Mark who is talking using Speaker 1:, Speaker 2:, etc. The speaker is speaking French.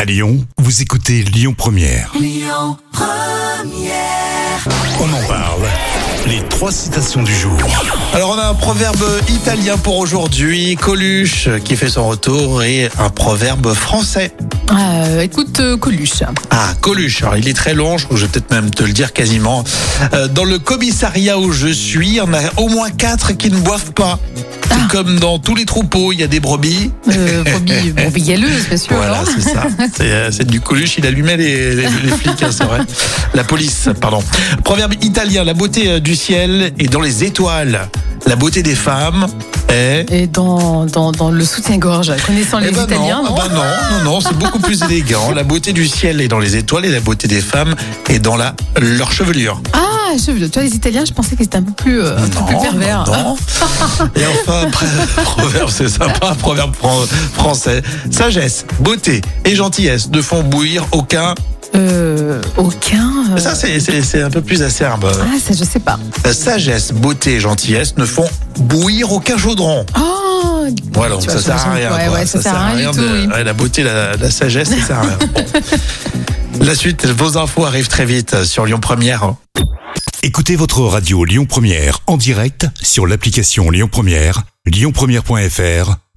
Speaker 1: À Lyon, vous écoutez Lyon Première. On en parle. Les trois citations du jour.
Speaker 2: Alors on a un proverbe italien pour aujourd'hui, Coluche qui fait son retour et un proverbe français.
Speaker 3: Euh, écoute, euh, Coluche.
Speaker 2: Ah, Coluche, alors il est très long, je crois que je vais peut-être même te le dire quasiment. Euh, dans le commissariat où je suis, il y en a au moins quatre qui ne boivent pas.
Speaker 3: Ah.
Speaker 2: C'est comme dans tous les troupeaux, il y a des brebis.
Speaker 3: Euh, brebis, brebis galeuse, bien sûr. hein.
Speaker 2: Voilà,
Speaker 3: alors.
Speaker 2: c'est ça. C'est, euh, C'est du Coluche, il allumait les, les- les flics, hein, c'est vrai. La police, pardon. Proverbe italien, la beauté euh, du ciel est dans les étoiles. La beauté des femmes est...
Speaker 3: Et dans, dans, dans le soutien-gorge, connaissant les
Speaker 2: Eh ben
Speaker 3: Italiens,
Speaker 2: non,
Speaker 3: non
Speaker 2: ah ben non, non, non, c'est beaucoup plus élégant. La beauté du ciel est dans les étoiles et la beauté des femmes est dans la, leur chevelure.
Speaker 3: Ah, je, tu vois, les Italiens, je pensais que c'était un peu plus, euh, un peu plus
Speaker 2: Non,
Speaker 3: pervers.
Speaker 2: non, non. Et enfin, pr- proverbe, c'est sympa, un proverbe fran- français. Sagesse, beauté et gentillesse ne font bouillir aucun.
Speaker 3: Euh, aucun. euh,
Speaker 2: Mais Ça, c'est- c'est c'est un peu plus acerbe. euh,
Speaker 3: Ah, ça, je sais pas.
Speaker 2: Sagesse, beauté et gentillesse ne font bouillir aucun chaudron.
Speaker 3: Oh
Speaker 2: Voilà, donc
Speaker 3: tu
Speaker 2: ça
Speaker 3: vois,
Speaker 2: sert à
Speaker 3: je-
Speaker 2: rien.
Speaker 3: Ouais,
Speaker 2: quoi.
Speaker 3: ouais, ça, sert à rien du tout,
Speaker 2: de-
Speaker 3: oui.
Speaker 2: ouais, la beauté, la, la sagesse, ça sert à rien. Bon. La suite, vos infos arrivent très vite sur Lyon Première. hein.
Speaker 1: Écoutez votre radio Lyon Première en direct sur l'application Lyon Première, lyonpremière.fr